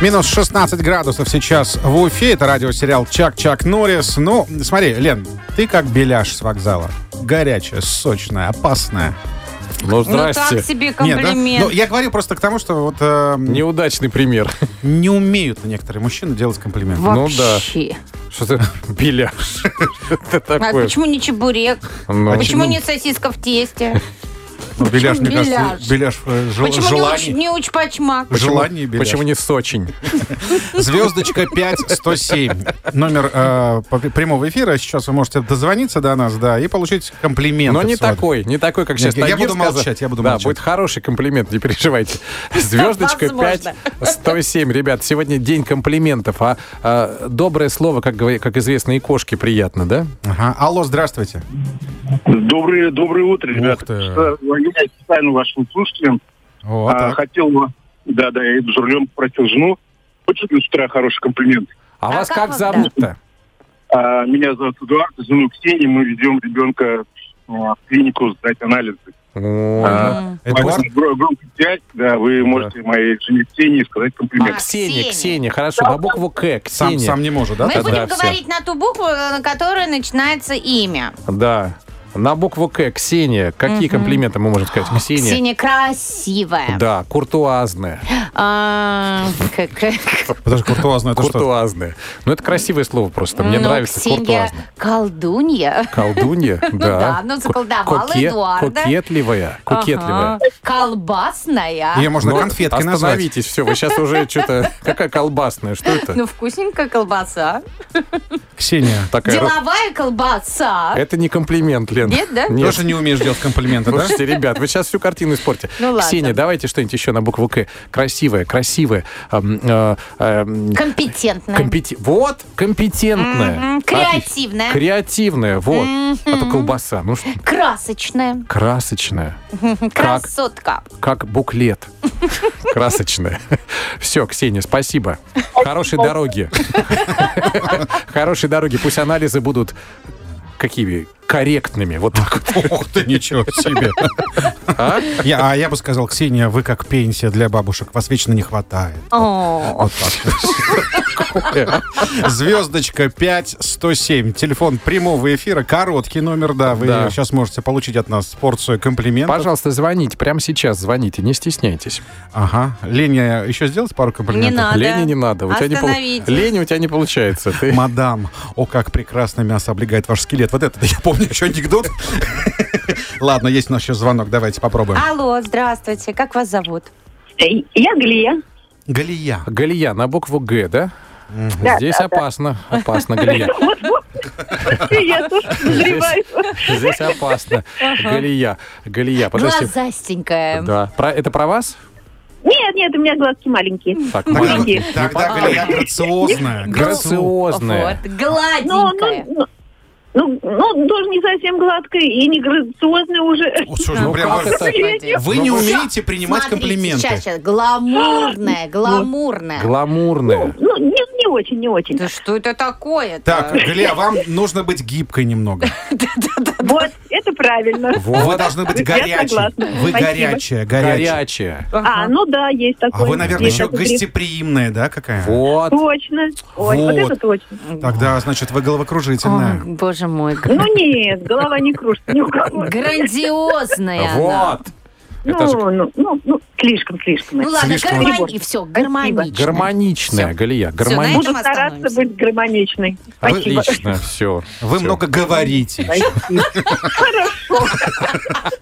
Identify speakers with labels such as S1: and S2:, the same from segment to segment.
S1: Минус 16 градусов сейчас в Уфе. Это радиосериал «Чак-Чак Норрис». Ну, смотри, Лен, ты как беляш с вокзала. Горячая, сочная, опасная.
S2: Ну,
S3: Ну так
S2: здрасте.
S3: себе
S1: Нет, да?
S3: комплимент.
S1: Ну, я говорю просто к тому, что вот э, не,
S2: Неудачный пример.
S1: умеют некоторые мужчины делать комплименты.
S2: ну да.
S3: Вообще.
S2: Что ты беляш? Что это
S3: А
S2: такое?
S3: почему не чебурек?
S2: Ну,
S3: Почему не сосиска в тесте?
S1: Ну, беляш, мне
S3: Беляш.
S1: кажется, беляш э, жел-
S2: Ну,
S3: Почему не уч-
S1: желаний.
S3: не учпачмак?
S1: Желание беляш.
S2: Почему не Сочинь?
S1: Звездочка 5107. Номер э, по- прямого эфира. Сейчас вы можете дозвониться до нас, да, и получить комплимент.
S2: Но не
S1: отсюда.
S2: такой, не такой, как
S1: Нет,
S2: сейчас
S1: я
S2: Тагир
S1: буду
S2: сказал.
S1: молчать, я буду
S2: Да,
S1: молчать.
S2: будет хороший комплимент, не переживайте. Звездочка
S3: Возможно.
S2: 5107. Ребят, сегодня день комплиментов, а, а, доброе слово, как, говори- как известно, и кошке приятно, да?
S1: Ага. Алло, здравствуйте.
S4: Доброе, доброе утро,
S1: ребята. ты. Что,
S4: Я специально вашим слушателям.
S1: Вот
S4: А,
S1: так.
S4: хотел, бы- да, да, я иду за рулем, попросил жену. Очень с утра хороший комплимент.
S2: А,
S3: А
S2: вас
S3: как
S2: как,
S3: вас
S2: зовут-то?
S4: А, меня зовут Эдуард, жену Ксении, мы ведем ребенка а, в клинику сдать анализы.
S2: О,
S4: А,
S1: Эдуард?
S4: Поэтому гро- громко взять, да, вы можете моей жене Ксении сказать комплимент.
S2: Ксения,
S3: Ксения.
S2: Ксения, хорошо, на букву К,
S1: Сам,
S2: Ксения.
S1: сам не может, да?
S3: Мы
S1: так?
S2: тогда
S3: будем
S2: всё.
S3: говорить на ту букву, э, на которой начинается имя.
S2: Да, на букву К, Ксения. Какие комплименты мы можем сказать? Ксения.
S3: Синяя красивая.
S2: Да, куртуазная.
S3: Ну А, как- как-
S1: Подожди, куртуазно, это что?
S2: Куртуазная. Ну, это красивое слово просто. Мне
S3: Ну,
S2: нравится
S3: Ксения
S2: куртуазная.
S3: колдунья.
S2: Колдунья, да.
S3: да, ну, заколдовала
S2: Коке-
S3: Эдуарда.
S2: Кокетливая, кокетливая.
S3: Ага. Колбасная.
S1: Ее можно
S2: Ну,
S1: конфеткой назвать.
S2: Остановитесь, все, вы сейчас уже что-то... Какая колбасная, что это?
S3: Ну, вкусненькая колбаса.
S1: Ксения,
S2: Такая...
S3: Деловая колбаса.
S2: Это не комплимент, Лен.
S3: Нет, да?
S2: Нет. Ну,
S1: тоже не умеешь делать комплименты, да?
S2: Слушайте, ребят, вы сейчас всю картину испортите.
S3: Ну, ладно.
S2: Ксения, давайте что-нибудь еще на букву К. Красивая, красивая. эм, э, эм,
S3: Компетентная.
S2: компети- Вот, компетентная.
S3: Мгм, креативная.
S2: Отлично. Креативная, вот. А то колбаса. Ну, что-
S3: Красочная.
S2: красочная. Как?
S3: Красотка.
S2: как буклет. Красочное. Все, Ксения, спасибо. Хорошей дороги. Хорошей дороги. Пусть анализы будут какими? Корректными. Вот так вот.
S1: Ух ты, ничего себе.
S2: А?
S1: Я- А я бы сказал, Ксения, вы как пенсия для бабушек, вас вечно не хватает.
S3: О,
S1: Вот так.
S2: а?
S1: Звездочка 5107. Телефон прямого эфира. Короткий номер, да. Вы
S2: Да.
S1: сейчас можете получить от нас порцию комплиментов.
S2: Пожалуйста, звоните. Прямо сейчас звоните. Не стесняйтесь.
S1: Ага. Леня, еще сделать пару комплиментов?
S3: Не надо.
S2: Лене не надо. У тебя не полу-
S3: А, Остановитесь.
S2: Лене у тебя не получается. Ты...
S1: Мадам, о, как прекрасно мясо облегает ваш скелет. Вот это я помню еще анекдот. Ладно, есть у нас еще звонок, давайте попробуем.
S3: алло, здравствуйте. Как вас зовут?
S5: Э, Я Глия.
S1: Галия.
S2: Галия на букву Г, да?
S5: Да,
S2: Здесь
S5: да, да.
S2: опасно. Опасно, Галия.
S5: Вот-вот. Я тоже подозреваю.
S2: Здесь опасно. Галия. Галия, подожди.
S3: Глазастенькая.
S2: Да. Про... Это про вас?
S5: Нет, нет, у меня глазки маленькие.
S2: Так,
S1: Тогда-
S2: маленький.
S5: Маленькие.
S1: Тогда Галия грациозная. грациозная.
S2: Ну, Грациозная.
S3: Вот,
S5: Но,
S3: гладенькая.
S5: ну, ну, ну, тоже не совсем гладкая и не грациозная уже.
S1: Вот что ж, ну
S2: Ну,
S1: прям
S2: как
S1: вот-
S2: это?
S1: Вы не
S2: Ну,
S1: умеете принимать
S3: Смотрите, Сейчас,
S1: комплименты.
S3: сейчас. Гламурная, гламурная.
S2: Гламурная.
S5: Ну, не, не очень, не очень.
S3: Да что это такое-то?
S1: Так, Галия, вам нужно быть гибкой немного.
S5: Вот, это правильно.
S1: Вы
S2: Вот.
S1: должны быть
S5: Я
S1: горячей.
S5: согласна.
S1: Вы
S5: Спасибо.
S1: горячая, горячая.
S2: Горячая.
S5: А, ну да, есть
S1: А
S5: такое.
S1: вы, наверное,
S5: Есть
S1: еще
S5: такой грех.
S1: гостеприимная, да, какая?
S2: Вот.
S5: Точно. Ой, вот.
S1: Вот.
S5: это точно.
S1: Тогда, значит, вы
S3: Ой,
S1: головокружительная.
S3: боже мой. г-
S5: Ну нет, голова не кружится ни у кого.
S3: Грандиозная она.
S2: Вот. Это же
S5: Ну, ну, ну, ну, слишком, слишком.
S3: Ну ладно,
S1: Слишком.
S3: гармони... все, гармонично.
S2: гармоничная,
S3: Всё.
S2: Галия.
S3: на
S2: Гармоничная.
S5: Буду
S3: Этом
S5: стараться
S3: остановимся.
S5: быть гармоничной.
S2: А
S5: Спасибо.
S2: Отлично, все.
S1: Вы много говорите.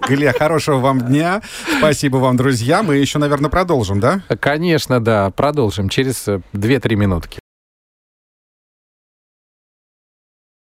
S1: Галия, хорошего вам дня. Спасибо вам, друзья. Мы еще, наверное, продолжим, да?
S2: Конечно, да. Продолжим через э, 2-3 минутки.